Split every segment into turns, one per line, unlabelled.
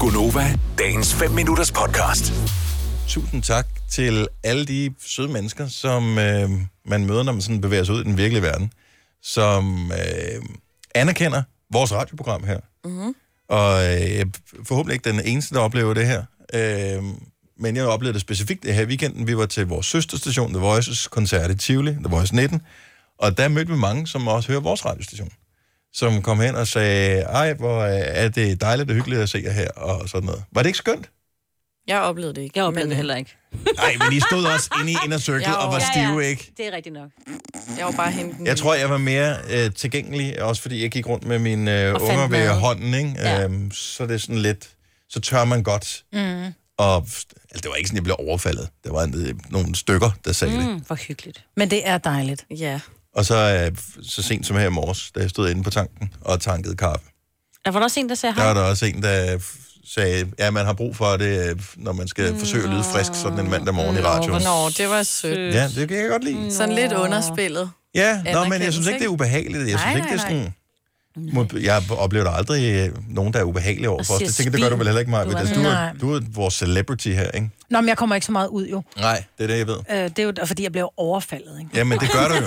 Gunova, dagens 5 minutters podcast.
Tusind tak til alle de søde mennesker, som øh, man møder, når man sådan bevæger sig ud i den virkelige verden, som øh, anerkender vores radioprogram her. Mm-hmm. Og øh, jeg er forhåbentlig ikke den eneste, der oplever det her. Øh, men jeg oplevede det specifikt det her i weekenden. Vi var til vores søsterstation, The Voices koncert i Tivoli, The Voice 19. Og der mødte vi mange, som også hører vores radiostation som kom hen og sagde, ej, hvor øh, er det dejligt og hyggeligt at se jer her, og sådan noget. Var det ikke skønt?
Jeg oplevede det ikke.
Jeg oplevede det
men øh,
heller ikke.
Nej, men I stod også inde i Inner Circle
Jo.
og var stive, ikke?
Det er rigtigt nok.
Jeg var bare hente den.
Jeg tror, jeg var mere øh, tilgængelig, også fordi jeg gik rundt med mine øh,
Og fandt
unger ved
mad.
hånden, ikke? Ja.
Ja.
Øhm, så det er sådan lidt, så tør man godt. Mm. Og altså, det var ikke sådan, jeg blev overfaldet. Der var en, nogle stykker, der sagde mm. det.
Mm, hvor hyggeligt.
Men det er dejligt.
Ja.
Og så, øh, så sent som her i morges, da jeg stod inde på tanken og tankede kaffe,
Der var der også en, der sagde
der var
hej.
der også en, der øh, sagde, ja, man har brug for det, øh, når man skal
Mm.
forsøge at lyde frisk sådan en mandag morgen i radioen.
Nå, det var sødt.
Ja, det kan jeg godt lide.
Sådan lidt underspillet.
Ja, nå, men jeg
anerkendelse,
synes ikke, det er
ikke?
ubehageligt. Jeg synes
Nej,
ikke, det er
nej,
sådan... Må- Jeg oplever der aldrig øh, nogen, der er ubehagelige over for os.
siger
Det tænker, det gør du vel heller ikke, Maja. Du,
spin. Du er-
altså, du, er,
Nej.
du er vores celebrity her, ikke?
Nå, men jeg kommer ikke så meget ud jo.
Nej. Det er det, jeg ved.
Øh, det er jo fordi, jeg blev overfaldet. Ikke?
Jamen, det gør du jo.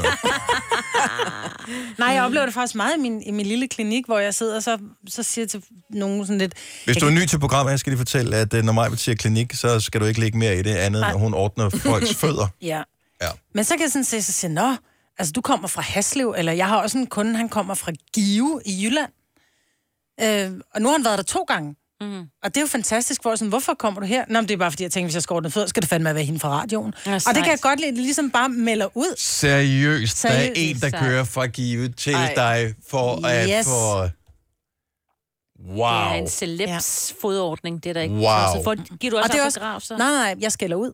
Nej, jeg oplever det faktisk meget i min, i min lille klinik, hvor jeg sidder og så, så siger jeg til nogen sådan lidt...
Hvis
jeg
du er
kan-
ny til programmet, jeg skal lige fortælle, at øh, når Maja siger klinik, så skal du ikke lægge mere i det andet, end at hun ordner folks fødder.
Ja.
Ja.
Men så kan jeg sådan se, så siger, nå, altså du kommer fra Haslev, eller jeg har også en kunde, han kommer fra Give i Jylland. Øh, og nu har han været der to gange. Mm. Og det er jo fantastisk, hvor jeg sådan, hvorfor kommer du her? Nå, men det er bare fordi, jeg tænkte, hvis jeg skal ordne fødder, skal det fandme være hende fra radioen.
Ja,
og det
sejt.
kan jeg godt lide, det ligesom bare melder ud.
Seriøst, der er
Seriøst,
en, der
sejt.
kører fra Give til
Ej.
dig for at
Yes.
få...
Det er
Wow.
en celebs fodordning, det er der ikke.
Wow.
Så for, giver du også,
Og det er
autograf,
også,
så?
nej, nej, jeg skælder ud.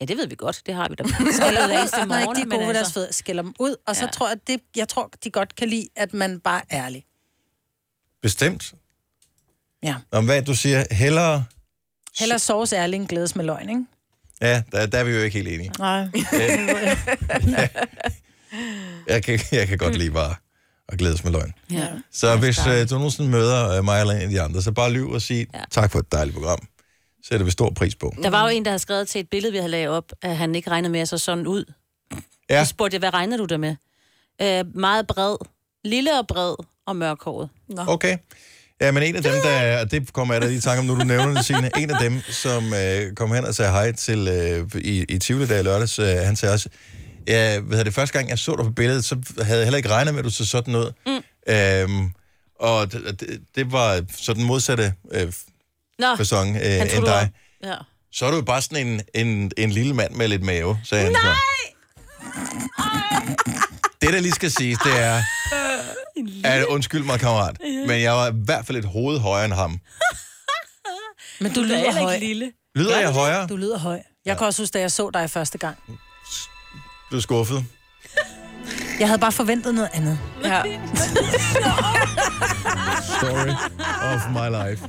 Ja, det ved vi godt. Det har vi da. Skælder hver eneste
Når ikke
morgen,
de er
men
gode ved deres
altså,
fødder, skælder dem ud. Og så
Ja.
tror jeg, at det, jeg tror, de godt kan lide, at man bare er ærlig.
Bestemt.
Ja.
Nå, men hvad er det, du siger? Hellere...
Heller sovs ærlig end glædes med løgn, ikke?
Ja, der, der er vi jo ikke helt enige.
Nej.
Jeg kan, jeg kan godt lide bare at glædes med løgn.
ja.
Så ja, hvis øh, du nogensinde møder øh, mig eller en af de andre, så bare lyv og sig ja.
Ja.
tak for et dejligt program. Sætter vi stor pris på.
Der var jo en, der havde skrevet til et billede, vi havde lavet op, at han ikke regnede med at så sådan ud.
Ja.
Så spurgte jeg, hvad regner du der med? Øh, meget bred. Lille og bred og mørkhåret.
Okay. Ja, men en af dem, der, og det kommer jeg da lige i tanke om, nu du nævner det, Signe. En af dem, som øh, kom hen og sagde hej til øh, i, i Tivoli dag i lørdags, øh, han sagde også, ja, hvad hedder det, første gang jeg så dig på billedet, så havde jeg heller ikke regnet med, at du så sådan ud. Mm. Øhm, og det, det- det var sådan den modsatte øh,
Nå, han
fasong øh,
troede,
end
du
dig.
var- Ja.
Så er du jo bare sådan en, en, en lille mand med lidt mave, sagde han Nej! Så. Det, der lige skal siges, det er... At, undskyld mig, kammerat, men jeg var i hvert fald et hoved højere end ham.
Men du
Du er
lyder
heller
høj.
ikke lille.
Lyder jeg højere?
Du lyder høj. Jeg ja. kan også huske, da jeg så dig første gang.
Du er skuffet.
Jeg havde bare forventet noget andet.
Ja.
Story of my life.